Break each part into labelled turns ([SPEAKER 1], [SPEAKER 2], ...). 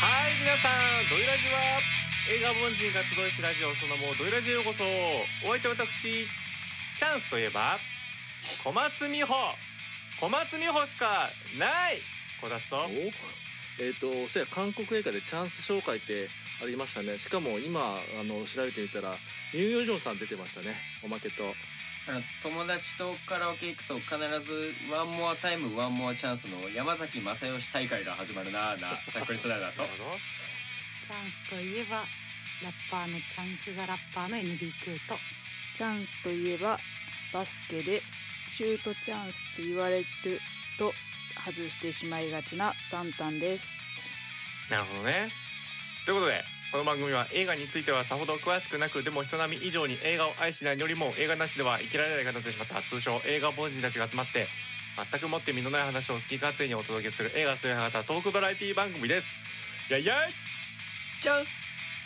[SPEAKER 1] はい皆さんドイラジは映画凡人が集いしラジオそのもうドイラジへようこそお相手は私チャンスといえば小松美穂小松美穂しかないこたつと
[SPEAKER 2] おえっ、とそうや韓国映画でチャンス紹介ってありましたねしかも今あの調べてみたらニューヨジョンさん出てましたねおまけと
[SPEAKER 3] あの友達とカラオケ行くと必ず「ワンモアタイムワンモアチャンス」の山崎正義大会が始まるなぁなタックルスライダーと
[SPEAKER 1] なるほど
[SPEAKER 4] チャンスといえばラッパーのチャンス・ザ・ラッパーの NBQ と
[SPEAKER 5] チャンスといえばバスケでシュートチャンスって言われると外してしまいがちなタンタンです。
[SPEAKER 1] なるほどね。ということで、この番組は映画についてはさほど詳しくなく、でも人並み以上に映画を愛しないよりも映画なしでは生きられない方たちまた通称映画凡人たちが集まって、全くもって身のない話を好き勝手にお届けする映画する方トークバラエティ番組です。やいやい
[SPEAKER 3] チャンス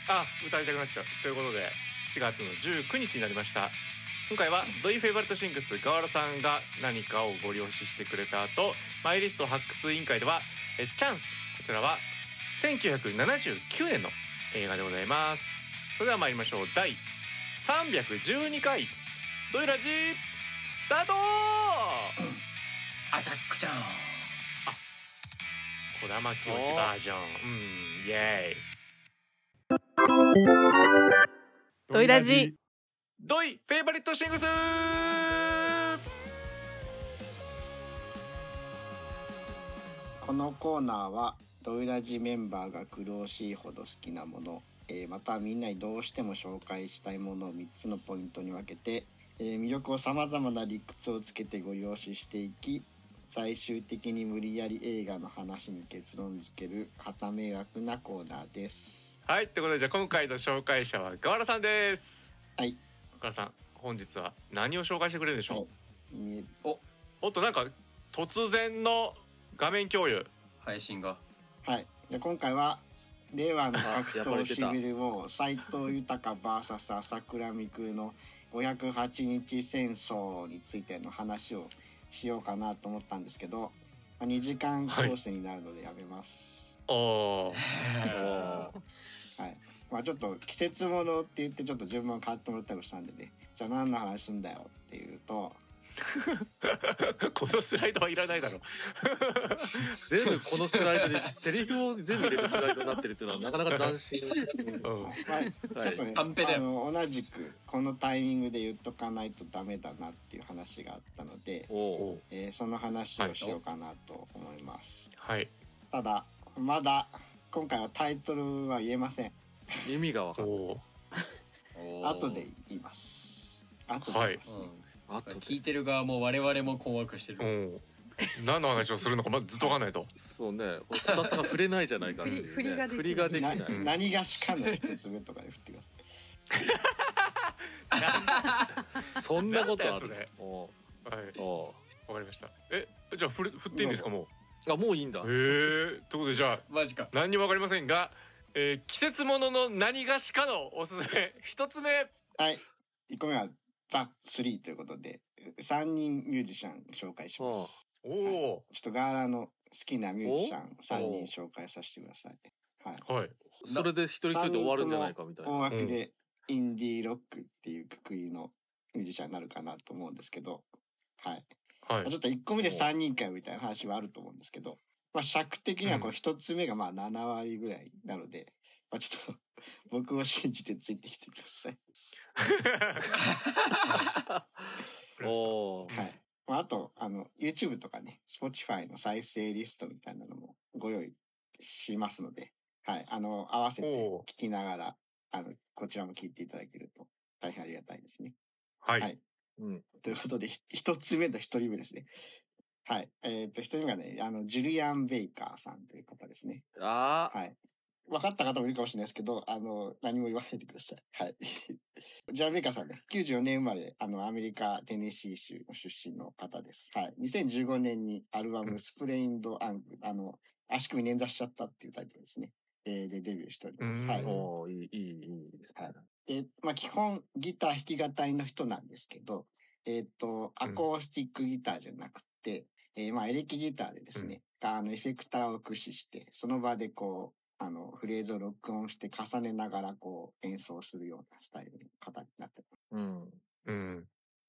[SPEAKER 1] あ、歌いたくなっちゃう。ということで、4月の19日になりました。今回は V フェイバリットシングスガワラさんが何かをご了承してくれた後、マイリスト発掘委員会では、えチャンスこちらは1979年の映画でございます。それでは参りましょう。第312回ドイラジスタート
[SPEAKER 3] アタックチャン
[SPEAKER 1] 小玉教師バージョン。うん、イエーイ。
[SPEAKER 6] ドイラジ
[SPEAKER 1] ドイフェイバリットシングスは
[SPEAKER 7] このコーナーはドイラジメンバーが苦しいほど好きなもの、えーまたみんなにどうしても紹介したいものを3つのポイントに分けて、えー魅力をさまざまな理屈をつけてご了承していき最終的に無理やり映画の話に結論付けるはため枠なコーナーです。
[SPEAKER 1] い、ということでじゃあ今回の紹介者はガワラさんです。
[SPEAKER 7] はい。
[SPEAKER 1] ガワラさん、本日は何を紹介してくれるんでしょう、
[SPEAKER 7] はいみ
[SPEAKER 1] おっとなんか突然の画面共有
[SPEAKER 3] 配信が
[SPEAKER 7] はい、で今回は令和の格
[SPEAKER 2] やっぱり
[SPEAKER 7] 闘
[SPEAKER 2] 出
[SPEAKER 7] シ
[SPEAKER 2] た
[SPEAKER 7] ビルを斎藤豊 VS 朝倉未来の508日戦争についての話をしようかなと思ったんですけど、まあ、2時間コースになるのでやめます、
[SPEAKER 1] おー
[SPEAKER 7] はいまあ、ちょっと季節ものって言ってちょっと順番変わってもらったりもしたんでねじゃあ何の話すんだよっていうと
[SPEAKER 1] このスライドはいらないだろ
[SPEAKER 2] 全部このスライドでセリフを全部入れるスライドになってるっていうのはなかなか斬新、
[SPEAKER 1] うん
[SPEAKER 7] まあ
[SPEAKER 2] は
[SPEAKER 7] ちょっと
[SPEAKER 2] い、
[SPEAKER 7] ね、
[SPEAKER 3] カンペだよ
[SPEAKER 7] あの同じくこのタイミングで言っとかないとダメだなっていう話があったので、
[SPEAKER 2] おお
[SPEAKER 7] えーその話をしようかなと思います、
[SPEAKER 1] はい
[SPEAKER 7] ただまだ今回はタイトルは言えません
[SPEAKER 2] 意味がわか
[SPEAKER 1] お
[SPEAKER 2] る
[SPEAKER 1] お
[SPEAKER 7] 後で言います後で言います、
[SPEAKER 3] うん
[SPEAKER 2] あと
[SPEAKER 3] 聞いてる側も我々も困惑して
[SPEAKER 1] う
[SPEAKER 3] る
[SPEAKER 1] ん何の話をするのかまずずっとわかんないと
[SPEAKER 2] そうねこたつが触れないじゃないかっていう、ね、
[SPEAKER 4] 振り振りができない
[SPEAKER 2] 振りができな
[SPEAKER 7] ない
[SPEAKER 1] ん
[SPEAKER 7] 何がしかの一つ目とかで振ってくださ
[SPEAKER 2] そんなことあ
[SPEAKER 1] なんだよ
[SPEAKER 2] るお
[SPEAKER 1] はい
[SPEAKER 2] おお
[SPEAKER 1] わかりましたえじゃあ振る振っていいんですかも
[SPEAKER 2] うあもういいんだ
[SPEAKER 1] うへえということでじゃあ
[SPEAKER 3] マジか
[SPEAKER 1] 何にもわかりませんが、えー、季節ものの何がしかのおすすめ 一つ目
[SPEAKER 7] いはい1個目はザ・スリーということで3人ミュージシャン紹介します
[SPEAKER 1] おお
[SPEAKER 7] ちょっとガーラの好きなミュージシャン3人紹介させてくださいはい
[SPEAKER 1] はい
[SPEAKER 2] それで一人一人で終わるんじゃないかみたい
[SPEAKER 7] 大
[SPEAKER 2] な
[SPEAKER 7] 枠でインディーロックっていうくくりのミュージシャンになるかなと思うんですけどはい
[SPEAKER 1] は
[SPEAKER 7] まあちょ
[SPEAKER 1] い
[SPEAKER 7] っと1個目で3人かよみたいな話はあると思うんですけど、まあ、尺的にはこう1つ目がまあ7割ぐらいなので、まあ、ちょっと僕を信じてついてきてください。
[SPEAKER 2] お お
[SPEAKER 7] はいまあ、あとあの YouTube とかね Spotify の再生リストみたいなのもご用意しますので、はい、あの合わせて
[SPEAKER 1] おう
[SPEAKER 7] 聞きながらあのこちらも聞いていただけると大変ありがたいですね。
[SPEAKER 1] はい、
[SPEAKER 7] はい
[SPEAKER 2] うん
[SPEAKER 7] ということでひ1つ目と1人目ですね。はい。えっ、と、1人目がね、あの、ジュリアン・ベイカーさんという方ですね。
[SPEAKER 2] あー
[SPEAKER 7] はい。分かった方もいるかもしれないですけど、あの、何も言わないでください。はい。 ジャーベイカーさんね、94年生まれ、あの、アメリカ・テネシー州の出身の方です。はい。2015年にアルバム、スプレインド・アング、あの、足首捻挫しちゃったっていうタイトルですね。えーで、デビューしておりま
[SPEAKER 1] う
[SPEAKER 7] す。
[SPEAKER 1] ん
[SPEAKER 7] はい。
[SPEAKER 2] おーいいいいいいですね
[SPEAKER 7] で、まあ、基本ギター弾き語りの人なんですけど、えっ、と、
[SPEAKER 1] う
[SPEAKER 7] ア
[SPEAKER 1] ん
[SPEAKER 7] コースティックギターじゃなくて、えーまあ、エレキギターでですね、あの、エフェクターを駆使して、その場でこあの、フレーズを録音して重ねながらこう演奏するようなスタイルの方になってま
[SPEAKER 2] うん。
[SPEAKER 1] うん。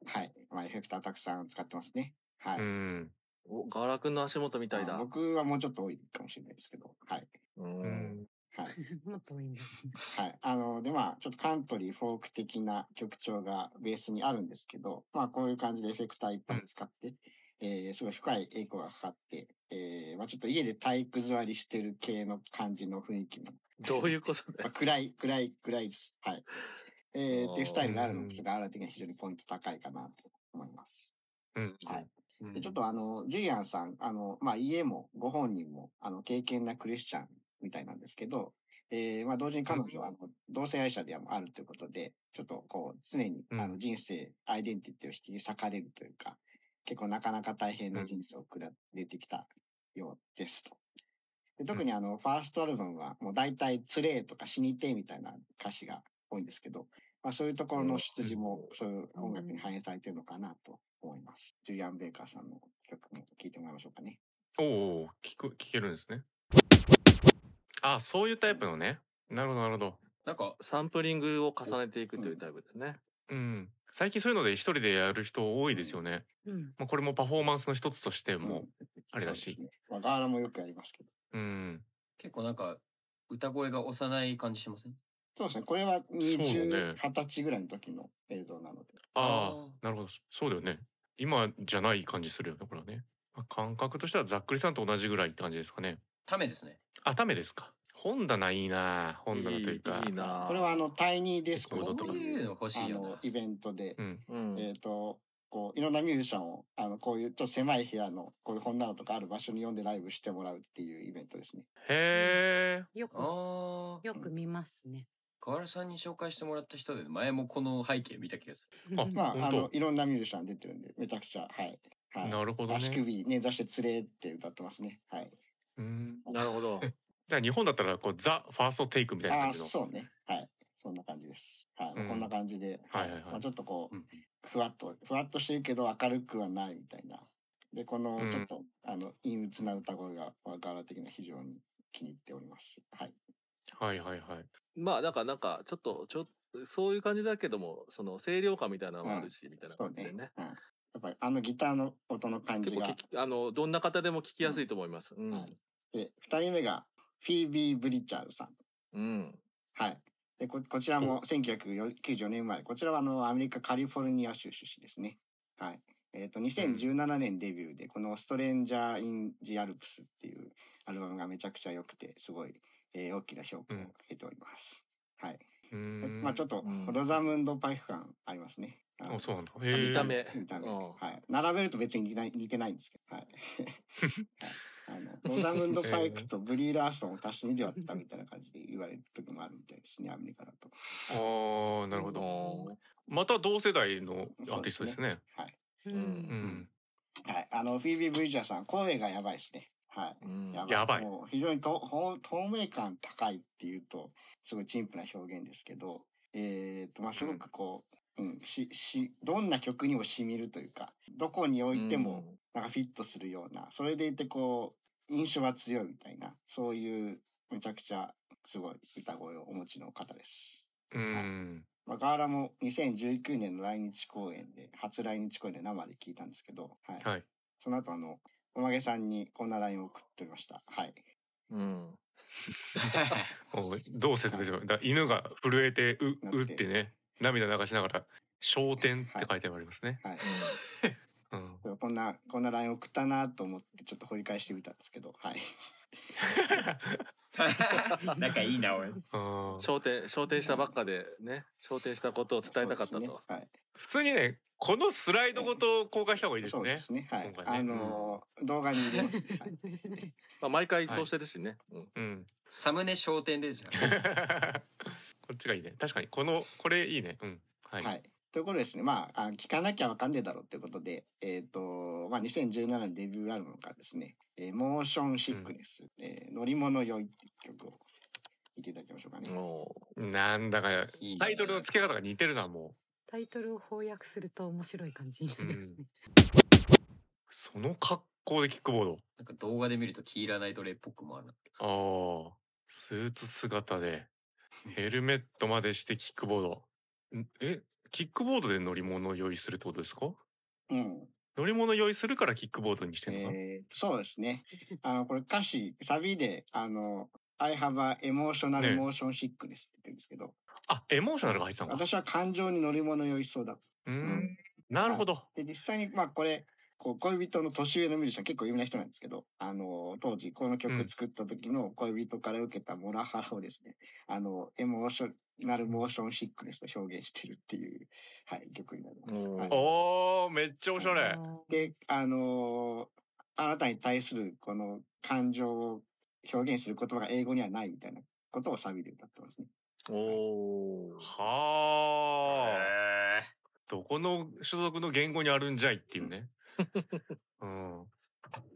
[SPEAKER 7] す。はい。まあ、エフェクターたくさん使ってますね。はい。
[SPEAKER 1] うん。
[SPEAKER 2] お、ガラ君の足元みたい
[SPEAKER 7] まあ
[SPEAKER 2] だ。
[SPEAKER 7] 僕はもうちょっと多いかもしれないですけど、はい。
[SPEAKER 2] う。
[SPEAKER 1] うんん。
[SPEAKER 7] はい。
[SPEAKER 4] もっと多いんだ。
[SPEAKER 7] はい。あの、で、まあ、ちょっとカントリー、フォーク的な曲調がベースにあるんですけど、まあ、こういう感じでエフェクターいっぱい使って、えー、すごい深いエコーがかかって、えー、まあ、ちょっと家で体育座りしてる系の感じの雰囲気の、
[SPEAKER 2] どういうことだ
[SPEAKER 7] ま あ
[SPEAKER 2] よ。
[SPEAKER 7] 暗い、暗い、暗いです。はい。えー、っていうスタイルがあるの
[SPEAKER 1] うん
[SPEAKER 7] が、ある的には非常にポイント高いかなと思います。
[SPEAKER 1] うん。
[SPEAKER 7] はい。
[SPEAKER 1] うん
[SPEAKER 7] でちょっとあの、ジュリアンさん、あの、まあ、家もご本人も、あの、敬虔なクリスチャンみたいなんですけど、えー、まあ、同時に彼女は、あの、同性愛者でもあるということで、ちょっとこう、常に、
[SPEAKER 1] うん
[SPEAKER 7] あの、人生、アイデンティティを引き裂かれるというか、結構なかなか大変な人生を送られてきたようですと。で特にあの、ファーストアルバムは、もう大体、つれーとか死にてーみたいな歌詞が多いんですけど、まあ、そういうところの出自も、そういう音楽に反映されてるのかなと思います。ジュリアン・ベイカーさんの曲も聴いてもらいましょうかね。
[SPEAKER 1] おお、聞く、聞けるんですね。あ、そういうタイプのね。なるほど、なるほど。
[SPEAKER 3] なんか
[SPEAKER 2] サンプリングを重ねていくというタイプですね。
[SPEAKER 1] うん。最近そういうので一人でやる人多いですよね。
[SPEAKER 4] うん。
[SPEAKER 1] まあ、これもパフォーマンスの一つとしても。あれだし
[SPEAKER 7] そうですねまあ、ガーラもよくやりますけど。
[SPEAKER 1] うん。
[SPEAKER 3] 結構なんか歌声が幼い感じしません
[SPEAKER 7] そうですね。これは
[SPEAKER 1] そうだ
[SPEAKER 7] 20、
[SPEAKER 1] ね
[SPEAKER 7] 20歳ぐらいの時の映像なので。
[SPEAKER 1] あ
[SPEAKER 3] あ
[SPEAKER 1] あ、なるほど。そうだよね。今じゃない感じするよね、これはね。まあ感覚としてはざっくりさんと同じぐらいって感じですかね。
[SPEAKER 3] ためですね。
[SPEAKER 1] あ、ダメですか。本棚いいな本棚というか。
[SPEAKER 2] いいなあ
[SPEAKER 7] これはあの、タイニーデスコ
[SPEAKER 1] レコード
[SPEAKER 7] と
[SPEAKER 1] と
[SPEAKER 3] こ
[SPEAKER 1] か
[SPEAKER 3] ういう
[SPEAKER 7] いう、
[SPEAKER 3] の欲し
[SPEAKER 7] あ
[SPEAKER 3] いよ
[SPEAKER 7] の
[SPEAKER 3] な、。
[SPEAKER 7] イベントで
[SPEAKER 1] う、ん。
[SPEAKER 2] うん。
[SPEAKER 7] えっと、こう、いろんなミュージシャンを、あの、こういうちょっと狭い部屋の、こういう本棚とかある場所に呼んでライブしてもらうっていうイベントですね。
[SPEAKER 1] へえ。
[SPEAKER 4] よく、
[SPEAKER 3] ああ。
[SPEAKER 4] よく見ますね。
[SPEAKER 3] 河原さんに紹介してもらった人で前もこの背景見た気が する。
[SPEAKER 1] あ
[SPEAKER 4] うん
[SPEAKER 7] まあ、あ
[SPEAKER 1] 本
[SPEAKER 7] の
[SPEAKER 1] 当、
[SPEAKER 7] いろんなミュージシャン出てるんで、めちゃくちゃ、はい。はい。
[SPEAKER 1] なるほど
[SPEAKER 7] 足
[SPEAKER 1] ね。
[SPEAKER 7] 首ね、出してつれーって歌ってますね。はい。
[SPEAKER 1] うん。
[SPEAKER 2] なるほ ど。
[SPEAKER 1] じゃあ日本だったらこうザ・ファーストテイクみたいな
[SPEAKER 7] あ
[SPEAKER 1] 感
[SPEAKER 7] あ、
[SPEAKER 1] じの。
[SPEAKER 7] そうね。はい。そんな感じです。はい。
[SPEAKER 1] うん
[SPEAKER 7] こんな感じで、
[SPEAKER 1] はいはいはい
[SPEAKER 7] まあ、ちょっとこう、
[SPEAKER 3] うん
[SPEAKER 7] ふわっと、ふわっとしてるけど明るくはないみたいな。で、この
[SPEAKER 1] うん、
[SPEAKER 7] ちょっと、あの、陰鬱な歌声が、ガーラ的な非常に気に入っております。はい。
[SPEAKER 1] はいはいはい。
[SPEAKER 2] まあ、なんか、なんか、ちょっと、ちょっと、そういう感じだけども、その、清涼感みたいなのもあるし、みたいな
[SPEAKER 7] そう
[SPEAKER 2] 感じ
[SPEAKER 7] ね。
[SPEAKER 2] で
[SPEAKER 7] うん。や
[SPEAKER 2] ね。
[SPEAKER 7] っぱり、あのギターの音の感じ
[SPEAKER 2] 結構
[SPEAKER 7] が
[SPEAKER 2] 聞。き、あの、どんな方でも聞きやすいと思います。う
[SPEAKER 7] は
[SPEAKER 2] ん
[SPEAKER 7] い。で、二人目が、フィービー・ブリチャードさん。
[SPEAKER 2] うん。
[SPEAKER 7] はい。でここちらも1994年生まれ。こちらはあのアメリカカリフォルニア州出身ですね。はい。えっ、と、2017年デビューで、このストレンジャー・イン・ジ・アルプスっていうアルバムがめちゃくちゃ良くて、すごい、えー大きな評価を得ております。はい。
[SPEAKER 1] う
[SPEAKER 7] で
[SPEAKER 1] ん。
[SPEAKER 7] まあちょっと
[SPEAKER 2] うん、
[SPEAKER 7] ロザムンド・パイフ感ありますね。あの
[SPEAKER 1] あそうなんだ。
[SPEAKER 2] あ
[SPEAKER 1] へえ
[SPEAKER 2] 見た目
[SPEAKER 7] 見た目。
[SPEAKER 2] うん
[SPEAKER 7] はい。並べると別に似てない似てないんですけど。はい。はい、あのロザムンド・パイクとブリー・ラーソンを足してみてはったみたいな感じで言われる時もあるみたいですね、アメリカだと。
[SPEAKER 1] ああ、なるほど。
[SPEAKER 2] ど。
[SPEAKER 1] また同世代のアーティストですね。
[SPEAKER 7] はい。
[SPEAKER 4] う。
[SPEAKER 1] うんん。
[SPEAKER 7] はい。あの、フィービー・ブリジャーさん、声がやばいですね。はい。
[SPEAKER 2] うん。
[SPEAKER 1] やばい
[SPEAKER 7] もう非常にとほ透明感高いっていうと、すごい陳腐な表現ですけど、えっ、と、まあ、すごくこう、うん、し、し、どんな曲にも染みるというか、どこに置いても、なんかフィットするような、それでいてこう、印象が強いみたいな、そういう、めちゃくちゃすごい歌声をお持ちの方です。
[SPEAKER 1] うん。
[SPEAKER 7] まあ、ガーラも2019年の来日公演で、初来日公演で生で聞いたんですけど、はい。
[SPEAKER 1] はい。
[SPEAKER 7] その後あの、おまげさんにこんな LINE を送っておりました。はい。
[SPEAKER 2] うん。
[SPEAKER 1] おいどう説明するだ犬が震えて、う、
[SPEAKER 7] なんて
[SPEAKER 1] うってね、涙流しながら、焦点って書いてありますね。
[SPEAKER 7] はい。
[SPEAKER 1] うん。
[SPEAKER 7] こんな、こんな LINE 送ったなと思って、ちょっと掘り返してみたんですけど、はい。
[SPEAKER 3] 仲いい な、俺。
[SPEAKER 1] あー
[SPEAKER 2] 焦点、焦点したばっかでね、焦点したことを伝えたかった
[SPEAKER 7] そうです
[SPEAKER 2] と。
[SPEAKER 7] ねはい。
[SPEAKER 1] 普通にね、このスライドごと公開した方がいいです
[SPEAKER 7] そう
[SPEAKER 1] ね
[SPEAKER 7] で。すね。はい。
[SPEAKER 1] 今
[SPEAKER 7] あ
[SPEAKER 1] 回ね
[SPEAKER 7] のー動画に入れます。はい
[SPEAKER 2] まあ、毎回そうしてるしね。うん
[SPEAKER 1] うん。
[SPEAKER 3] サムネ焦点でじゃん。
[SPEAKER 1] こっちがいいね。確かに、この、これいいね。うん。 はい。
[SPEAKER 7] はい。ということでですね、まあ、あの聞かなきゃわかんねえだろうってことで、えっ、と、まあ、2017年デビューアルバムからですね、えーモーションシックネス、えー乗り物酔いっていう曲を聴いていただきましょうかね。
[SPEAKER 2] お
[SPEAKER 1] なんだか、
[SPEAKER 3] いいね
[SPEAKER 1] タイトルの付け方が似てるな、も
[SPEAKER 4] タイトルを翻訳すると面白い感じになりますね。
[SPEAKER 1] う。その格好でキックボード。
[SPEAKER 3] なんか動画で見るとキーラナイトレイっぽくもあるな。
[SPEAKER 1] ああ。スーツ姿で、ヘルメットまでしてキックボード。んえ、キックボードで乗り物を用意するってことですか
[SPEAKER 7] うん。
[SPEAKER 1] 乗り物用意するからキックボードにしてんのかな、
[SPEAKER 7] えーそうですね。 あの、これ歌詞、サビで、あの、I have a emotional
[SPEAKER 1] ね
[SPEAKER 7] motion sickness って言ってるんですけど、
[SPEAKER 1] あ、エモーショナルが入ってたのか。
[SPEAKER 7] 私は感情に乗り物酔いしそうだ。
[SPEAKER 1] うーん。なるほど。
[SPEAKER 7] で、実際に、まあこれ、こう恋人の年上のミュージシャン結構有名な人なんですけど、あの、当時この曲作った時の恋人から受けたモラハラをですね、あの、エモーショナルモーションシックネスと表現してるっていう、はい、曲になります。
[SPEAKER 2] おー
[SPEAKER 7] はい
[SPEAKER 1] おー、めっちゃおしゃれ。
[SPEAKER 7] で、あのーあなたに対するこの感情を表現する言葉が英語にはないみたいなことをサビで歌ってますね。
[SPEAKER 2] おー
[SPEAKER 1] はあ。
[SPEAKER 3] え
[SPEAKER 1] どこの所属の言語にあるんじゃいっていうね。うん。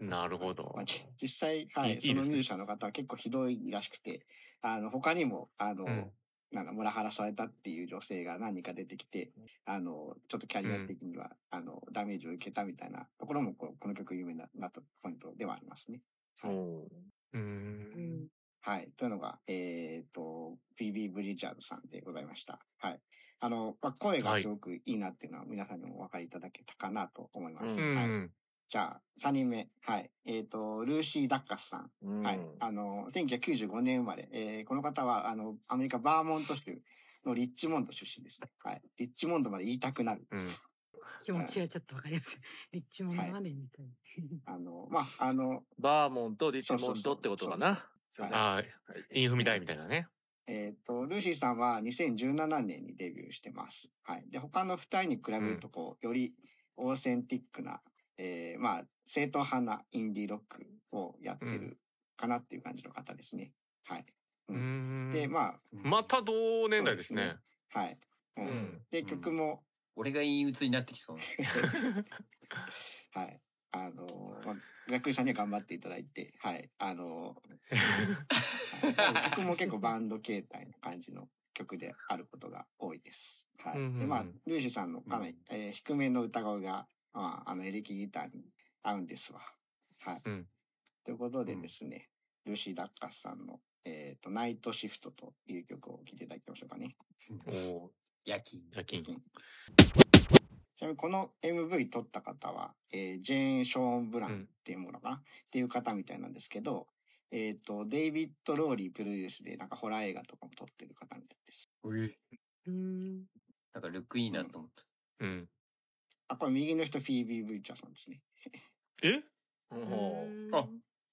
[SPEAKER 1] なるほど
[SPEAKER 7] まあ、。じ実際、はい、
[SPEAKER 1] いいい
[SPEAKER 7] その
[SPEAKER 1] ですね
[SPEAKER 7] ミュージシャンの方は結構ひどいらしくて、あの、他にも、あの、
[SPEAKER 1] うん
[SPEAKER 7] なんか、モラハラされたっていう女性が何人か出てきて、あの、ちょっとキャリア的には、あの、ダメージを受けたみたいなところも、こうこの曲有名にななったポイントではありますね。
[SPEAKER 2] お
[SPEAKER 1] うー。
[SPEAKER 4] うんん
[SPEAKER 7] はい。というのが、えっ、と、フィービー・ブリジャードさんでございました。はい。あの、まあ、声がすごくいいなっていうのは皆さんにもお分かりいただけたかなと思います。
[SPEAKER 2] う
[SPEAKER 1] う
[SPEAKER 7] はい。
[SPEAKER 1] ん。
[SPEAKER 7] じゃあ、3人目。はい。えっ、と、ルーシー・ダッカスさん。
[SPEAKER 2] ーうん
[SPEAKER 7] はい。あの、1995年生まれ。えーこの方は、あの、アメリカ・バーモント州のリッチモンド出身ですね。はい。リッチモンドまで言いたくなる。
[SPEAKER 1] うん。
[SPEAKER 4] 気持ちはちょっとわかります。 リッチモンドまでみたい
[SPEAKER 7] あの、まあ、あの、
[SPEAKER 2] バーモンとリチモンドってことかな。すい
[SPEAKER 7] そうそうそ
[SPEAKER 2] ま
[SPEAKER 7] う
[SPEAKER 2] せん
[SPEAKER 1] あー、インフみたいみたいなね。
[SPEAKER 7] えっ、と、ルーシーさんは2017年にデビューしてます。はい。で、他の二人に比べると、こう、よりオーセンティックな、えーまあ、正統派なインディーロックをやって
[SPEAKER 1] うん
[SPEAKER 7] るかなっていう感じの方ですね。はい。
[SPEAKER 1] う
[SPEAKER 7] う
[SPEAKER 1] ーん。
[SPEAKER 7] で、
[SPEAKER 1] ま
[SPEAKER 7] ま
[SPEAKER 1] た同年代です
[SPEAKER 7] そう
[SPEAKER 1] ね
[SPEAKER 7] で。あ、はい。うん
[SPEAKER 1] うん
[SPEAKER 7] で、曲も、
[SPEAKER 3] 俺が陰鬱になってきそうな。
[SPEAKER 7] はい。あのー、まあ、ブラックリーさんには頑張っていただいて、はい。あのーはい曲も結構バンド形態の感じの曲であることが多いです。は
[SPEAKER 1] う
[SPEAKER 7] い。
[SPEAKER 1] んうんうん
[SPEAKER 7] で、まあ、ルーシーさんのかなり、えー低めの歌声が、まあ、あの、エレキギターに合うんですわ。はい。
[SPEAKER 1] うん
[SPEAKER 7] ということでですね、ルーシー・ダッカスさんの、えっ、と、ナイトシフトという曲を聴いていただきましょうかね。
[SPEAKER 1] おー、
[SPEAKER 3] 夜勤。
[SPEAKER 1] 夜勤。
[SPEAKER 7] ちなみにこの MV 撮った方は、えージェーン・ショーン・ブラ
[SPEAKER 1] う
[SPEAKER 7] ン
[SPEAKER 1] ん
[SPEAKER 7] っていうものかな、っていう方みたいなんですけど、えっ、と、デイビッド・ローリープロデュースで、なんかホラー映画とかも撮ってる方みたいです。
[SPEAKER 4] な。うん。
[SPEAKER 3] なんかルックいいなと思った。
[SPEAKER 1] うん。
[SPEAKER 7] あ、これ右の人、フィービー・ブリチャーさんですね。
[SPEAKER 1] え
[SPEAKER 2] おー
[SPEAKER 1] あ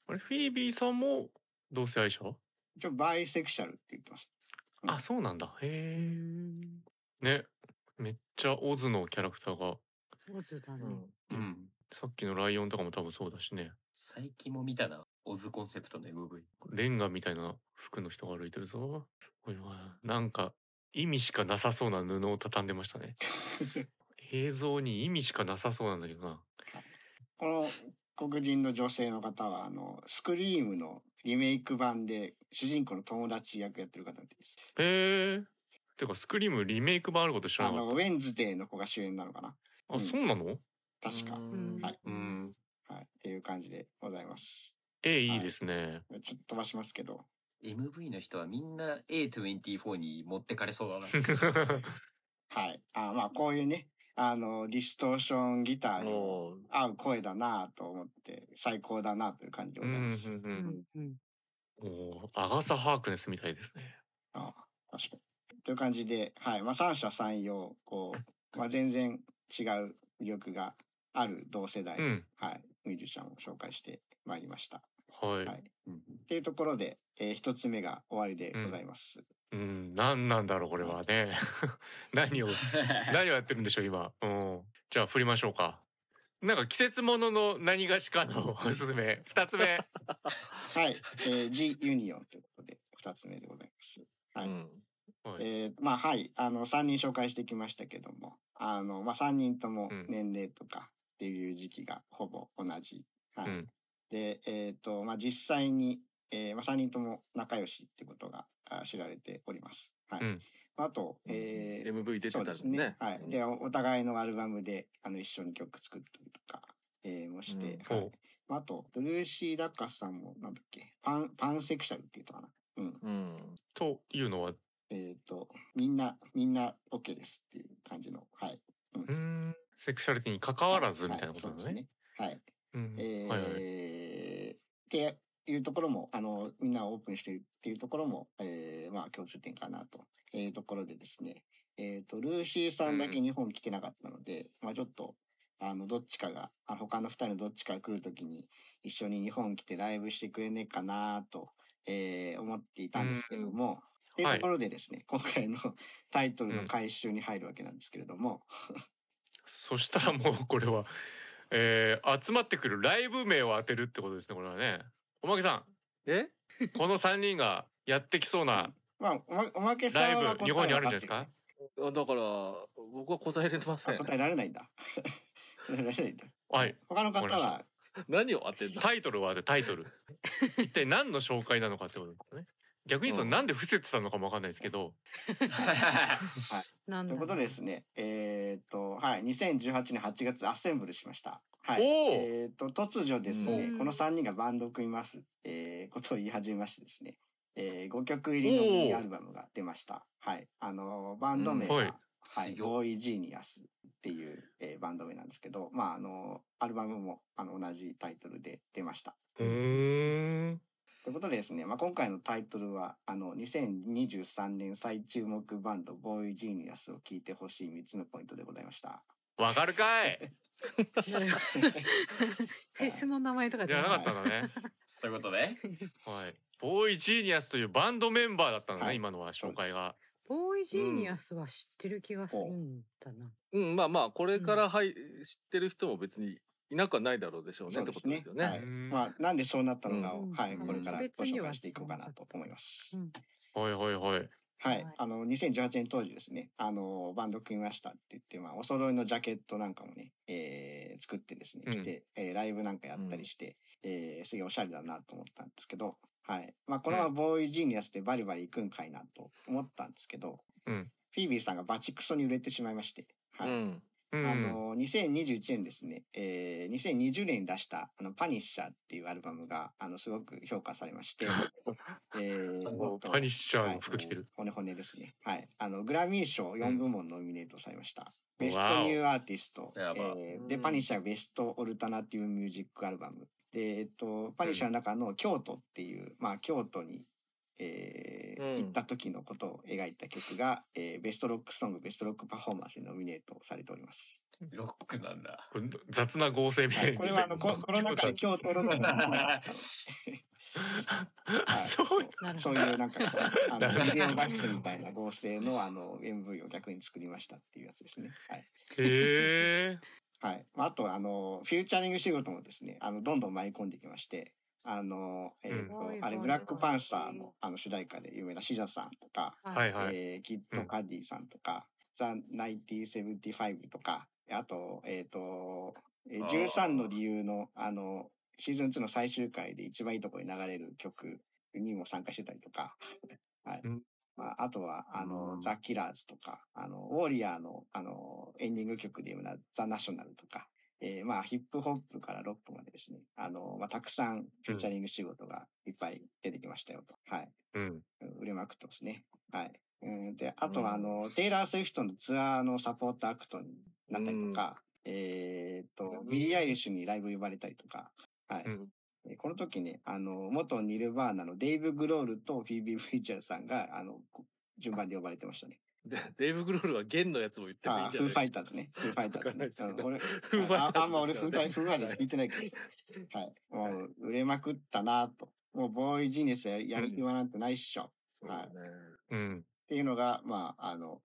[SPEAKER 1] あれ、フィービーさんも同性愛者
[SPEAKER 7] 一応、バイセクシャルって言ってます。
[SPEAKER 1] あ、そうなんだ。
[SPEAKER 4] う
[SPEAKER 1] へ
[SPEAKER 4] ん。
[SPEAKER 1] え。ね。めっちゃオズのキャラクターが、
[SPEAKER 4] オズだね。
[SPEAKER 3] うん。
[SPEAKER 1] さっきのライオンとかも多分そうだしね。
[SPEAKER 3] 最近も見たな。オズコンセプトの MV。
[SPEAKER 1] レンガみたいな服の人が歩いてるぞ。すごいわ。なんか、意味しかなさそうな布を畳んでましたね。映像に意味しかなさそうなんだけどな。
[SPEAKER 7] この黒人の女性の方は、あの、スクリームのリメイク版で、主人公の友達役やってる方みたいです。
[SPEAKER 1] へえ。てか、スクリームリメイク版あること知
[SPEAKER 7] あ
[SPEAKER 1] らなか
[SPEAKER 7] の、
[SPEAKER 1] っ
[SPEAKER 7] ウェンズデーの子が主演なのかな
[SPEAKER 1] た。あ、そうなの
[SPEAKER 7] 確か。
[SPEAKER 4] うん
[SPEAKER 7] はい。
[SPEAKER 3] うん。
[SPEAKER 7] はい。っていう感じでございます。
[SPEAKER 1] え、いいですね。
[SPEAKER 7] ちょっと飛ばしますけど、
[SPEAKER 3] MV の人はみんな A24 に持ってかれそ うだな。
[SPEAKER 7] はい。あまあ、こういうね、あの、ディストーションギターに
[SPEAKER 2] おー
[SPEAKER 7] 合う声だなと思って、最高だなという感じで
[SPEAKER 1] う
[SPEAKER 7] ござい
[SPEAKER 1] ん
[SPEAKER 7] ます。
[SPEAKER 1] うんう。
[SPEAKER 4] うんんうん。
[SPEAKER 1] おーアガサ・ハークネスみたいですね。
[SPEAKER 7] あ確かに。という感じで、はい。まあ、三者三様、こう、まあ、全然違う魅力がある同世代、
[SPEAKER 1] うん。
[SPEAKER 7] はい。ミュージシャンを紹介してまいりました。
[SPEAKER 1] はい。
[SPEAKER 7] はい。っていうところで、えー一つ目が終わりでございます。
[SPEAKER 1] うん、何なんだろう、これはね。 何を、何をやってるんでしょう、今。うん。じゃあ、振りましょうか。なんか季節ものの何がしかの おすすめ。二つ 目。
[SPEAKER 7] はい。えー G ユニオンということで、二つ目でございます。はい
[SPEAKER 2] うん
[SPEAKER 1] はい
[SPEAKER 7] えーまあはいあの3人紹介してきましたけどもあの、まあ、3人とも
[SPEAKER 1] うん
[SPEAKER 7] 年齢とかっていう時期がほぼ同じ、はい
[SPEAKER 1] うん
[SPEAKER 7] でえっ、と、まあ、実際に、えーまあ、3人とも仲良しってことがあ知られております、はい
[SPEAKER 1] うん
[SPEAKER 7] あと、えー
[SPEAKER 2] MV 出てた
[SPEAKER 7] そう
[SPEAKER 2] もん
[SPEAKER 7] です
[SPEAKER 2] ね
[SPEAKER 7] ね、はい、
[SPEAKER 2] うん
[SPEAKER 7] でおお互いのアルバムであの一緒に曲作ったりとか、えーもして、
[SPEAKER 2] うん
[SPEAKER 1] お
[SPEAKER 7] はいまああとドルーシー・ダッカスさんもなんだっけパンパンセクシャルって言ったかなうん。
[SPEAKER 2] うん。
[SPEAKER 1] というのは
[SPEAKER 7] えっ、と、みんな、みんな OK ですっていう感じの、はい。
[SPEAKER 1] うーんセクシャリティに関わらずみたいなことだね。
[SPEAKER 7] はい。
[SPEAKER 1] うん
[SPEAKER 7] そうですね
[SPEAKER 1] は
[SPEAKER 7] はいい。
[SPEAKER 1] はい
[SPEAKER 7] えーっていうところも、あの、みんなオープンしてるっていうところも、えーまあ共通点かなというところでですね。えっ、と、ルーシーさんだけ日本来てなかったので、まあちょっと、あの、どっちかが、あ他の二人のどっちかが来るときに、一緒に日本来てライブしてくれねえかなと、えー思っていたんですけども、っていうところでですね、今回の タイトルの回収に入るわけなんですけれども、
[SPEAKER 1] そしたらもうこれは、えー、集まってくるライブ名を当てるってことですねこれはね。おまけさ
[SPEAKER 2] え
[SPEAKER 1] んこの3人がやってきそうな
[SPEAKER 7] まあ、おまおまけさん
[SPEAKER 1] ライ
[SPEAKER 7] は
[SPEAKER 1] ブ
[SPEAKER 7] 答え
[SPEAKER 1] 日本にあ
[SPEAKER 7] わ
[SPEAKER 1] るんじゃな
[SPEAKER 7] っ
[SPEAKER 1] いで
[SPEAKER 7] て
[SPEAKER 1] す
[SPEAKER 7] ね
[SPEAKER 1] か
[SPEAKER 2] あだから僕は答えれませ
[SPEAKER 7] あ
[SPEAKER 2] ん。
[SPEAKER 7] 答えられないんだ。 答えられないんだ
[SPEAKER 1] はい
[SPEAKER 7] 他の方
[SPEAKER 1] わ
[SPEAKER 7] は、
[SPEAKER 2] 何を当てんだ。
[SPEAKER 1] タイトルはでタイトル一体何の紹介なのかってことですね逆に言う
[SPEAKER 2] う
[SPEAKER 1] と
[SPEAKER 2] ん
[SPEAKER 1] なんで伏せてたのかもわかんないですけど、
[SPEAKER 4] なん
[SPEAKER 7] と
[SPEAKER 4] だ
[SPEAKER 7] いうことでですね、えーっと、はい、2018年8月アッセンブルしました。はい。
[SPEAKER 1] おー
[SPEAKER 7] えーっと、突如ですね
[SPEAKER 4] う、ん
[SPEAKER 7] この3人がバンドを組みます、えー、ことを言い始めましてですね、えー、5曲入りのミニアルバムが出ました。はい。あの、バンド名が、
[SPEAKER 1] うんは
[SPEAKER 7] はいい、
[SPEAKER 3] 強っ
[SPEAKER 7] ボーイジーニアスっていう、えーバンド名なんですけど、まあ、あの、アルバムも、あの、同じタイトルで出ました。
[SPEAKER 1] うーん
[SPEAKER 7] ということでですね、まあ、今回のタイトルは、あの、2023年最注目バンド、ボーイジーニアスを聞いてほしい3つのポイントでございました。
[SPEAKER 1] わかるかい
[SPEAKER 4] フェスの名前とか
[SPEAKER 1] じ
[SPEAKER 4] じゃ
[SPEAKER 1] ゃな
[SPEAKER 4] な
[SPEAKER 1] かっ
[SPEAKER 4] い
[SPEAKER 1] たんだね
[SPEAKER 3] そういうことで
[SPEAKER 1] はいボーイジーニアスというバンドメンバーだったのね、
[SPEAKER 7] はい
[SPEAKER 1] 今のは紹介が
[SPEAKER 4] ボーイジーニアスは知ってる気がするんだな、
[SPEAKER 2] うんまあまあこれから、はい知ってる人も別にいなくはないだろうでしょうね
[SPEAKER 7] そう
[SPEAKER 2] って
[SPEAKER 7] で
[SPEAKER 2] こ
[SPEAKER 7] す
[SPEAKER 2] とで
[SPEAKER 7] ね
[SPEAKER 2] すよ。ね。
[SPEAKER 7] は
[SPEAKER 1] う
[SPEAKER 7] い。
[SPEAKER 1] ん
[SPEAKER 7] まあ、なんでそうなったのかを、
[SPEAKER 4] うん
[SPEAKER 7] はい、
[SPEAKER 4] うん
[SPEAKER 7] これから
[SPEAKER 4] うん
[SPEAKER 7] ご紹介していこうかなと思います。
[SPEAKER 4] うん
[SPEAKER 1] はいはいはい
[SPEAKER 7] はい
[SPEAKER 4] はい。
[SPEAKER 7] あの、2018年当時ですね、あの、バンド組みましたって言って、まあ、お揃いのジャケットなんかもね、えー作ってですね、
[SPEAKER 1] うん
[SPEAKER 7] 着て、えーライブなんかやったりして、えーすげえおしゃれだなと思ったんですけど、はい。まあ、このままボーイジーニアスでバリバリ行くんかいなと思ったんですけど、
[SPEAKER 1] うん
[SPEAKER 7] フィービーさんがバチクソに売れてしまいまして、はい。
[SPEAKER 2] うん。
[SPEAKER 1] うん
[SPEAKER 7] あの2021年ですね、えー、2020年に出した「あのパニッシャー」っていうアルバムがあのすごく評価され まして、えー、
[SPEAKER 1] パニッシャー
[SPEAKER 7] はい
[SPEAKER 1] の服着てる、
[SPEAKER 7] 骨骨ですね。はい。あの、グラミー賞4部門ノミネートされました。
[SPEAKER 1] うん
[SPEAKER 7] ベストニューアーティスト。
[SPEAKER 3] やば
[SPEAKER 7] えーで、
[SPEAKER 2] うん
[SPEAKER 7] パニッシャーベストオルタナティブミュージックアルバム。で、えっと、パニッシャーの中の京都っていう、まあ、京都に、えー
[SPEAKER 2] うん
[SPEAKER 7] 行った時のことを描いた曲が、えーベストロックソング、ベストロックパフォーマンスにノミネートされております。
[SPEAKER 3] ロックなんだ。
[SPEAKER 1] これ雑な合成みた
[SPEAKER 7] は いい、
[SPEAKER 1] な
[SPEAKER 7] これはあの、ココロナ禍で京都ロッ クが
[SPEAKER 1] あ
[SPEAKER 7] はい
[SPEAKER 1] そう
[SPEAKER 4] なるほ
[SPEAKER 7] そう
[SPEAKER 4] ど
[SPEAKER 7] いうなんか、あ
[SPEAKER 1] なるほ
[SPEAKER 7] の、
[SPEAKER 1] ど
[SPEAKER 7] ビデオ画質みたいな合成のあの、MV を逆に作りましたっていうやつですね。はい。
[SPEAKER 1] へえ
[SPEAKER 7] はい。まああと、あの、フューチャリング仕事もですね、あの、どんどん舞い込んできまして、あの、えっ、と、
[SPEAKER 4] うん
[SPEAKER 7] あれ、ブラックパンサーのあの主題歌で有名なシザさんとか、
[SPEAKER 1] はいはい、
[SPEAKER 7] えーキッド・カディさんとか、ザ・ナイティ・セブンティ・ファイブとか、あと、えっ、と、えー
[SPEAKER 3] あー
[SPEAKER 7] 13の理由の、あの、シーズン2の最終回で一番いいとこに流れる曲にも参加してたりとか、はい。
[SPEAKER 1] うん
[SPEAKER 7] まあ、あとは、あ
[SPEAKER 1] う
[SPEAKER 7] の、
[SPEAKER 1] ん
[SPEAKER 7] ザ・キラーズとか、あの、ウォーリアーの、あの、エンディング曲で有名なザ・ナショナルとか、えーまあ、ヒップホップからロップまでですね、あの、まあ、たくさんフューチャリング仕事がいっぱい出てきましたよと。はい。
[SPEAKER 1] うん
[SPEAKER 7] 売れまくってますね。はい。うんで、あとは、あの、テイラー・スウィフトのツアーのサポートアクトになったりとか、えーっと、ビリー・アイリッシュにライブ呼ばれたりとか、はい。
[SPEAKER 1] うん
[SPEAKER 7] でこの時ね、あの、元ニルバーナのデイブ・グロールとフィービー・フィーチャーさんが、あの、こ順番で呼ばれてましたね。
[SPEAKER 2] で デイブ・グロールは弦のやつも言ってもいい
[SPEAKER 7] あ
[SPEAKER 2] ん
[SPEAKER 7] ー
[SPEAKER 2] じゃ
[SPEAKER 7] フー・ファ
[SPEAKER 2] ない
[SPEAKER 7] イターズね。フー・ファイター
[SPEAKER 2] わか
[SPEAKER 7] ズね。
[SPEAKER 2] んないですけど
[SPEAKER 7] うん 俺
[SPEAKER 2] フーファイターズですからね
[SPEAKER 7] ああんま俺フーファイ、フーファイターズ聞いてないけど。 はい。もう、売れまくったなと。もう、ボーイ・ジーニスやる暇なんてないっしょ。
[SPEAKER 2] そうだね。
[SPEAKER 1] うん
[SPEAKER 7] っていうのが、まあ、あの、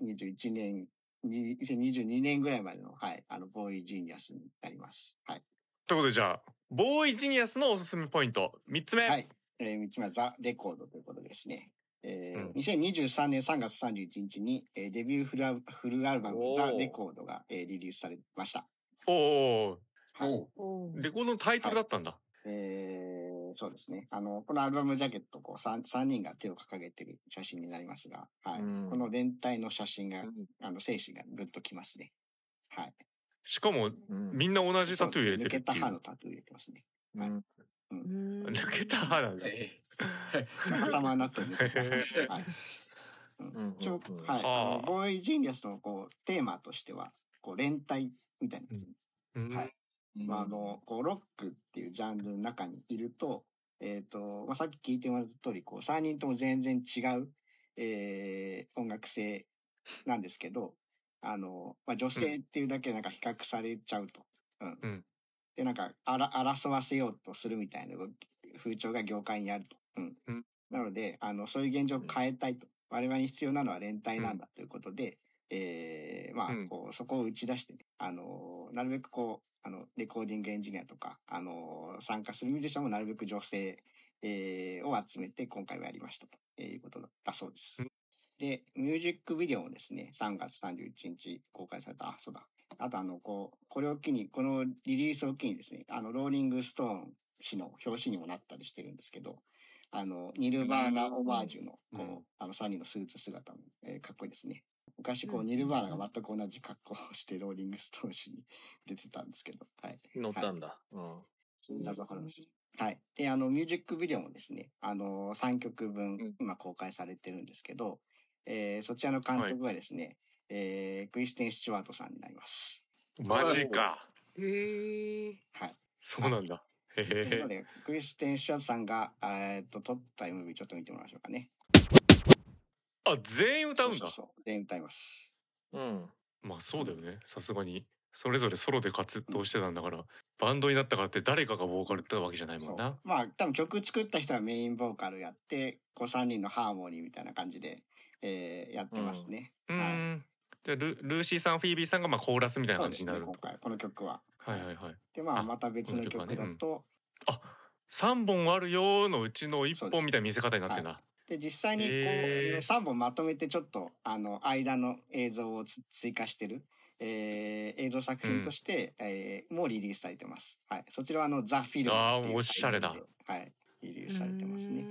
[SPEAKER 7] 2021年、に2022年ぐらいまでの、はい、あの、ボーイジーニアスになります。はい。
[SPEAKER 1] ということでじゃあボーイジニアスのおすすめポイント3つ目、
[SPEAKER 7] はい。えー、三つ目はザ・レコードということですね。えー
[SPEAKER 1] うん
[SPEAKER 7] 2023年3月31日に、えーデビューフルアフルアルバム
[SPEAKER 2] おー
[SPEAKER 7] ザ・レコードが、えーリリースされました。
[SPEAKER 1] おお
[SPEAKER 7] はい
[SPEAKER 3] おう
[SPEAKER 4] お う
[SPEAKER 1] レコードのタイトルだったんだ、
[SPEAKER 7] えーそうですね。あの、このアルバムジャケット、こう3、三人が手を掲げてる写真になりますが、はい。
[SPEAKER 2] うん
[SPEAKER 7] この連帯の写真が、
[SPEAKER 2] うん
[SPEAKER 7] あの、精神がぐっときますね。はい。
[SPEAKER 1] しかも
[SPEAKER 2] うん
[SPEAKER 1] みんな同じタトゥー入れ
[SPEAKER 7] そ
[SPEAKER 1] てる
[SPEAKER 7] うですね抜
[SPEAKER 1] っ
[SPEAKER 7] け
[SPEAKER 1] て
[SPEAKER 7] た
[SPEAKER 1] い
[SPEAKER 7] 歯の
[SPEAKER 1] う
[SPEAKER 7] タトゥー入れてますね。
[SPEAKER 2] うん
[SPEAKER 4] うーん
[SPEAKER 1] 抜けた歯なんだ
[SPEAKER 3] え
[SPEAKER 7] 頭な ってる。はい。
[SPEAKER 2] うんうんうん
[SPEAKER 7] ちょはい、あ
[SPEAKER 1] あー
[SPEAKER 7] のボーイジーニアスのこうテーマとしてはこう連帯みたいなんですよね、
[SPEAKER 1] うん
[SPEAKER 7] はいまああのこうロックっていうジャンルの中にいると,、えーとまあ、さっき聞いてもらった通りこう3人とも全然違う、えー音楽性なんですけどあの、まあ、女性っていうだけでなんか比較されちゃうと。うん
[SPEAKER 1] うん
[SPEAKER 7] でなんかあら争わせようとするみたいな動き風潮が業界にあると。うん
[SPEAKER 1] うん
[SPEAKER 7] なのであのそういう現状を変えたいと、我々に必要なのは連帯なんだということで、えーま
[SPEAKER 1] うん
[SPEAKER 7] あ、こうそこを打ち出してね、あのーなるべくこうあのレコーディングエンジニアとか、あのー参加するミュージシャンもなるべく女性、えーを集めて今回はやりましたとえーいうことだそうです。でミュージックビデオをですね3月31日公開されたあそうだあとあのこうこれを機にこのリリースを機にですねあのローリング・ストーン氏の表紙にもなったりしてるんですけどあのニルバーナ・オマージュのこう、
[SPEAKER 1] うん
[SPEAKER 7] あの3人のスーツ姿も、えーかっこいいですね。昔こ
[SPEAKER 4] う
[SPEAKER 7] うんニルバーナが全く同じ格好をしてローリング・ストーン氏に出てたんですけど、はい、
[SPEAKER 2] 乗ったんだ。うん。
[SPEAKER 7] 謎話。はい。で、あの、ミュージックビデオもですね、あの、3曲分、今公開されてるんですけど、えーそちらの監督はですね、えークリステン・スチュワートさんになります。
[SPEAKER 1] マジか
[SPEAKER 4] へえ。
[SPEAKER 7] はい。
[SPEAKER 1] そうなんだへ
[SPEAKER 7] とい
[SPEAKER 1] へ
[SPEAKER 7] うので、クリステン・スチュワートさんが、あーえっと、撮った MV ちょっと見てもらいましょうかね。
[SPEAKER 1] あ全員歌うん
[SPEAKER 7] そ
[SPEAKER 1] だ
[SPEAKER 7] うそうそう全員歌います。
[SPEAKER 2] うん。
[SPEAKER 1] まあそうだよねさすがにそれぞれソロで活動してたんだからバンドになったからって誰かがボーカルってわけじゃないもんな
[SPEAKER 7] まあ、多分曲作った人はメインボーカルやって、こう3人のハーモニーみたいな感じで、えーやってますね。
[SPEAKER 1] うー
[SPEAKER 7] はい
[SPEAKER 1] んじゃあルルーシーさんフィービーさんがまあコーラスみたいな
[SPEAKER 7] そう
[SPEAKER 1] 感
[SPEAKER 7] で
[SPEAKER 1] じ
[SPEAKER 7] す
[SPEAKER 1] にな
[SPEAKER 7] ね、
[SPEAKER 1] る
[SPEAKER 7] 今回、この曲は。
[SPEAKER 1] はいはいはい
[SPEAKER 7] で、ま
[SPEAKER 1] あ
[SPEAKER 7] あ、また別の
[SPEAKER 1] この曲はね
[SPEAKER 7] 曲だ
[SPEAKER 1] うん
[SPEAKER 7] と、
[SPEAKER 1] あ三本あるよーのうちの一本みたいな見せ方になってんだ
[SPEAKER 7] で実際にこう、
[SPEAKER 1] へー
[SPEAKER 7] 3本まとめてちょっとあの間の映像をつ追加してる、えー映像作品として、えーもうリリースされてます。はい、そちらはあのザ・フィルム
[SPEAKER 1] あー
[SPEAKER 7] っていう
[SPEAKER 1] おしゃれだ
[SPEAKER 7] タイトルで。はい、リリースされてますね。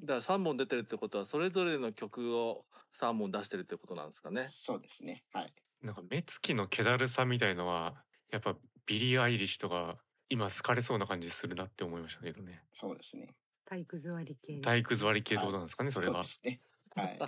[SPEAKER 2] だから3本出てるってことはそれぞれの曲を3本出してるってことなんですかね。
[SPEAKER 7] そうですね。はい。
[SPEAKER 1] なんか目つきの気だるさみたいのはやっぱビリー・アイリッシュとか今好かれそうな感じするなって思いましたけどね
[SPEAKER 7] そうですね。
[SPEAKER 4] 体育座り系。
[SPEAKER 1] 体育座り系ってことなんですかねそれ
[SPEAKER 7] う
[SPEAKER 1] が
[SPEAKER 7] ですね。はい。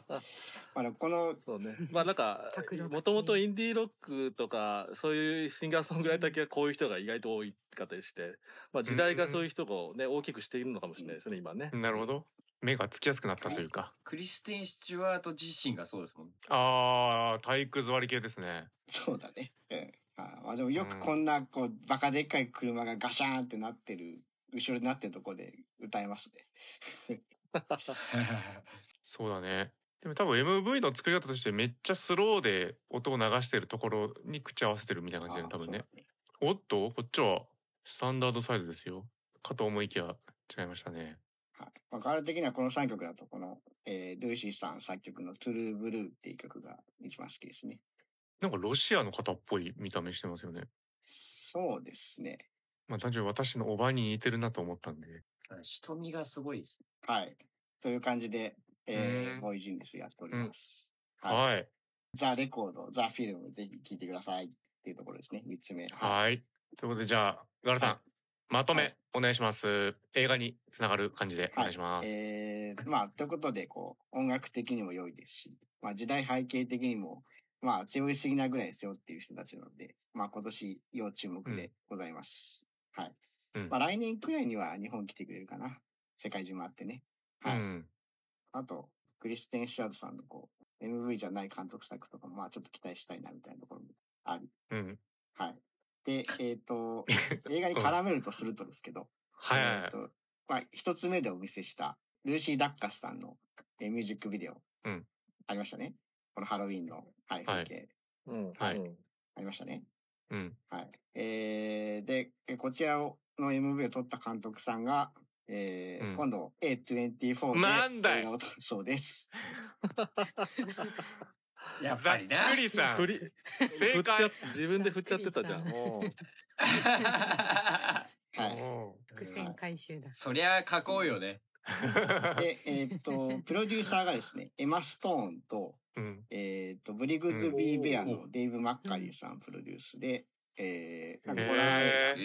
[SPEAKER 7] まあこの
[SPEAKER 2] そうね。まあなんか
[SPEAKER 4] 卓六
[SPEAKER 2] もともとインディーロックとかそういうシンガーソングライター系はこういう人が意外と多かったりして、まあ時代がそういう人をね大きくしているのかもしれないですね今ね。
[SPEAKER 1] なるほど目がつきやすくなったというか
[SPEAKER 3] クリステン・スチュワート自身がそうですもん。
[SPEAKER 1] あー体育座り系ですね
[SPEAKER 7] そうだね。うん。あーまあでもよくこんなこうバカでっかい車がガシャーンってなってる後ろになってるとこで歌えますね。
[SPEAKER 1] そうだねでも多分 MV の作り方としてめっちゃスローで音を流してるところに口合わせてるみたいな感じだよね多
[SPEAKER 7] あー
[SPEAKER 1] 分ね。おっとこっちはスタンダードサイズですよかと思いきや違いましたね
[SPEAKER 7] はい。まあ、ガール的にはこの3曲だと、この、えー、ルーシーさん作曲の True Blue っていう曲が一番好きですね。
[SPEAKER 1] なんかロシアの方っぽい見た目してますよね
[SPEAKER 7] そうですね。
[SPEAKER 1] まあ単純に私のおばに似てるなと思ったんで。
[SPEAKER 3] 瞳がすごいです。
[SPEAKER 7] はい。という感じで、え
[SPEAKER 1] うん
[SPEAKER 7] ー、ボーイジンですやっております。はい。
[SPEAKER 1] はい。
[SPEAKER 7] ザ・レコード、ザ・フィルム、ぜひ聴いてくださいっていうところですね。3つ目。い。
[SPEAKER 1] はい。ということで、じゃあ、ガラさん、
[SPEAKER 7] はい
[SPEAKER 1] まと
[SPEAKER 7] は
[SPEAKER 1] め
[SPEAKER 7] い
[SPEAKER 1] お願いします。映画につながる感じでお願いします。
[SPEAKER 7] えー、まあ、ということで、こう、音楽的にも良いですし、まあ、時代背景的にも、まあ、強いすぎなぐらいですよっていう人たちなので、まあ、今年、要注目でございます。はい。
[SPEAKER 1] うん
[SPEAKER 7] まあ、来年くらいには日本来てくれるかな。世界中回ってね。はい。
[SPEAKER 1] うん。
[SPEAKER 7] あと、クリステン・シュワードさんのこう、MV じゃない監督作とかも、まあちょっと期待したいなみたいなところもあり。
[SPEAKER 1] うん。
[SPEAKER 7] はい。で、えっ、と、 映画に絡めるとするとですけど、
[SPEAKER 1] はいはい
[SPEAKER 7] え
[SPEAKER 1] は
[SPEAKER 7] っ
[SPEAKER 1] い。
[SPEAKER 7] と、まあ一つ目でお見せした、ルーシー・ダッカスさんのえーミュージックビデオ。
[SPEAKER 1] うん
[SPEAKER 7] ありましたね。このハロウィンの、はい、
[SPEAKER 1] はい
[SPEAKER 7] 風景。
[SPEAKER 2] うん。
[SPEAKER 1] はい
[SPEAKER 2] うん
[SPEAKER 7] ありましたね。
[SPEAKER 1] うん。
[SPEAKER 7] はい。えーで、えこちらをの MV を撮った監督さんが、えー
[SPEAKER 1] うん
[SPEAKER 7] 今度 A24 で
[SPEAKER 1] なんだよ
[SPEAKER 7] 映画を撮るそうです。
[SPEAKER 3] やっぱりな
[SPEAKER 1] ざっくりさん
[SPEAKER 2] 振。り振
[SPEAKER 1] 正
[SPEAKER 2] ってや
[SPEAKER 1] 解
[SPEAKER 2] っ。自分で振っちゃってたじゃん。
[SPEAKER 4] ざっく
[SPEAKER 2] もう
[SPEAKER 7] はい。
[SPEAKER 1] お
[SPEAKER 4] 伏線回収だ。
[SPEAKER 3] そりゃ書こうよね。
[SPEAKER 1] ー
[SPEAKER 7] で、えー っと、プロデューサーがですね、エマ・ストーンと、
[SPEAKER 1] うん。
[SPEAKER 7] えーっと、ブリグズ・ビー・ベアのデイブ・マッカリーさんプロデュースで、えー、
[SPEAKER 2] へ
[SPEAKER 7] ホ
[SPEAKER 2] ー
[SPEAKER 7] ラー映画
[SPEAKER 1] へー
[SPEAKER 3] ええ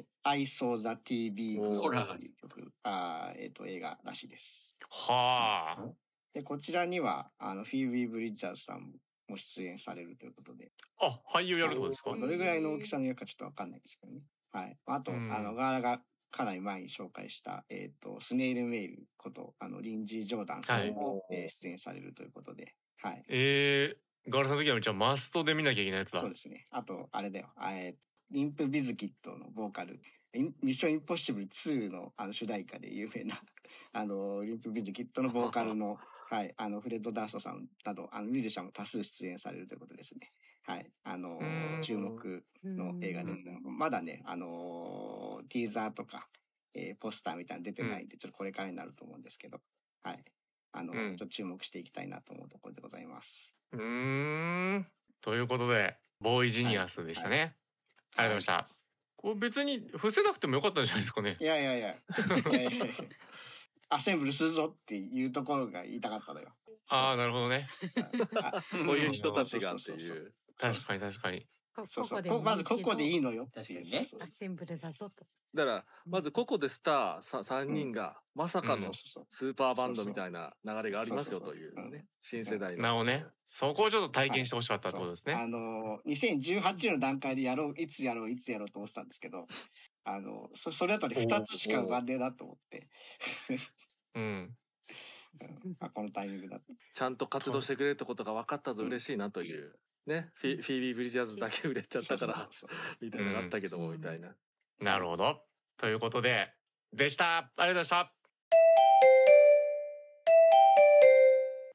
[SPEAKER 7] えー、I saw the TV
[SPEAKER 2] おー
[SPEAKER 3] ホラー
[SPEAKER 7] という曲あーえっ、と、映画らしいです。
[SPEAKER 1] はあ
[SPEAKER 7] で、こちらには、あの、フィービー・ブリッジャーズさんも出演されるということで、
[SPEAKER 1] あ俳優やるってことですか
[SPEAKER 7] どれぐらいの大きさの役かちょっとわかんないですけどね。はい。あと、
[SPEAKER 1] うん
[SPEAKER 7] あの、ガーラがかなり前に紹介した、えっ、と、スネイル・メイルこと、あの、リンジー・ジョーダンさん
[SPEAKER 2] は
[SPEAKER 7] も、
[SPEAKER 2] い
[SPEAKER 7] えー出演されるということで、はい。
[SPEAKER 1] えー、ガールさん的にはじゃあマストで見なきゃいけないやつだ
[SPEAKER 7] そうですね。あと、あれだよ。あえーインプ・ビズキットのボーカル。インミッション・インポッシブル2のあの主題歌で有名な、 あの、インプ・ビズキットのボーカ ルの、はい、あの、フレッド・ダーストさんなど、あの、ミュージシャンも多数出演されるということですね。はい。あの
[SPEAKER 1] うーん、
[SPEAKER 7] 注目の映画でございます。まだね、あの、ティーザーとか、えーポスターみたいなの出てないんで、ちょっとこれからになると思うんですけど、はい。あの、
[SPEAKER 1] うん
[SPEAKER 7] ちょっと注目していきたいなと思うところでございます。
[SPEAKER 1] うーんということでボーイジニアスでしたね、ありがとうございました、これ別に伏せなくてもよかったんじゃないですかね
[SPEAKER 7] いやいやいや。いやいやいやアセンブルするぞっていうところが言いたかったのよ。
[SPEAKER 1] ああなるほどね
[SPEAKER 7] あ
[SPEAKER 2] こういう人たちがって
[SPEAKER 7] そう
[SPEAKER 2] い
[SPEAKER 7] そう
[SPEAKER 2] う。
[SPEAKER 1] 確かに確かに
[SPEAKER 4] こ
[SPEAKER 7] そ
[SPEAKER 4] こ
[SPEAKER 7] うそう
[SPEAKER 4] こで
[SPEAKER 7] こまずここでい
[SPEAKER 4] い
[SPEAKER 7] いのよっていう。
[SPEAKER 3] 確かにね
[SPEAKER 7] そう
[SPEAKER 4] ア
[SPEAKER 7] そう
[SPEAKER 4] センブルだぞと
[SPEAKER 2] だからまずここでスターさ三人がまさか
[SPEAKER 1] うん
[SPEAKER 2] の
[SPEAKER 7] そう
[SPEAKER 2] スーパーバンドみたいな流れがありますよという
[SPEAKER 7] そうそうそうう
[SPEAKER 2] ね新世代の。
[SPEAKER 1] なおねそこをちょっと体験してほしかったってことですね、
[SPEAKER 7] あの2018年の段階でやろういつやろういつやろうと思ってたんですけど、あのそそれあたり2つしか浮かんでえなと思って、
[SPEAKER 1] うん
[SPEAKER 7] うんあこのタイミング だって。
[SPEAKER 2] ちゃんと活動してくれるってことが分かったぞ嬉しいなという。ね、フィフィービー・ブリジャーズだけ売れちゃったから
[SPEAKER 7] そうそうそう
[SPEAKER 2] みたいなのあったけどもみたいな。
[SPEAKER 1] なるほどということででしたありがとうございまし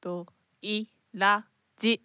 [SPEAKER 1] た
[SPEAKER 6] といらじ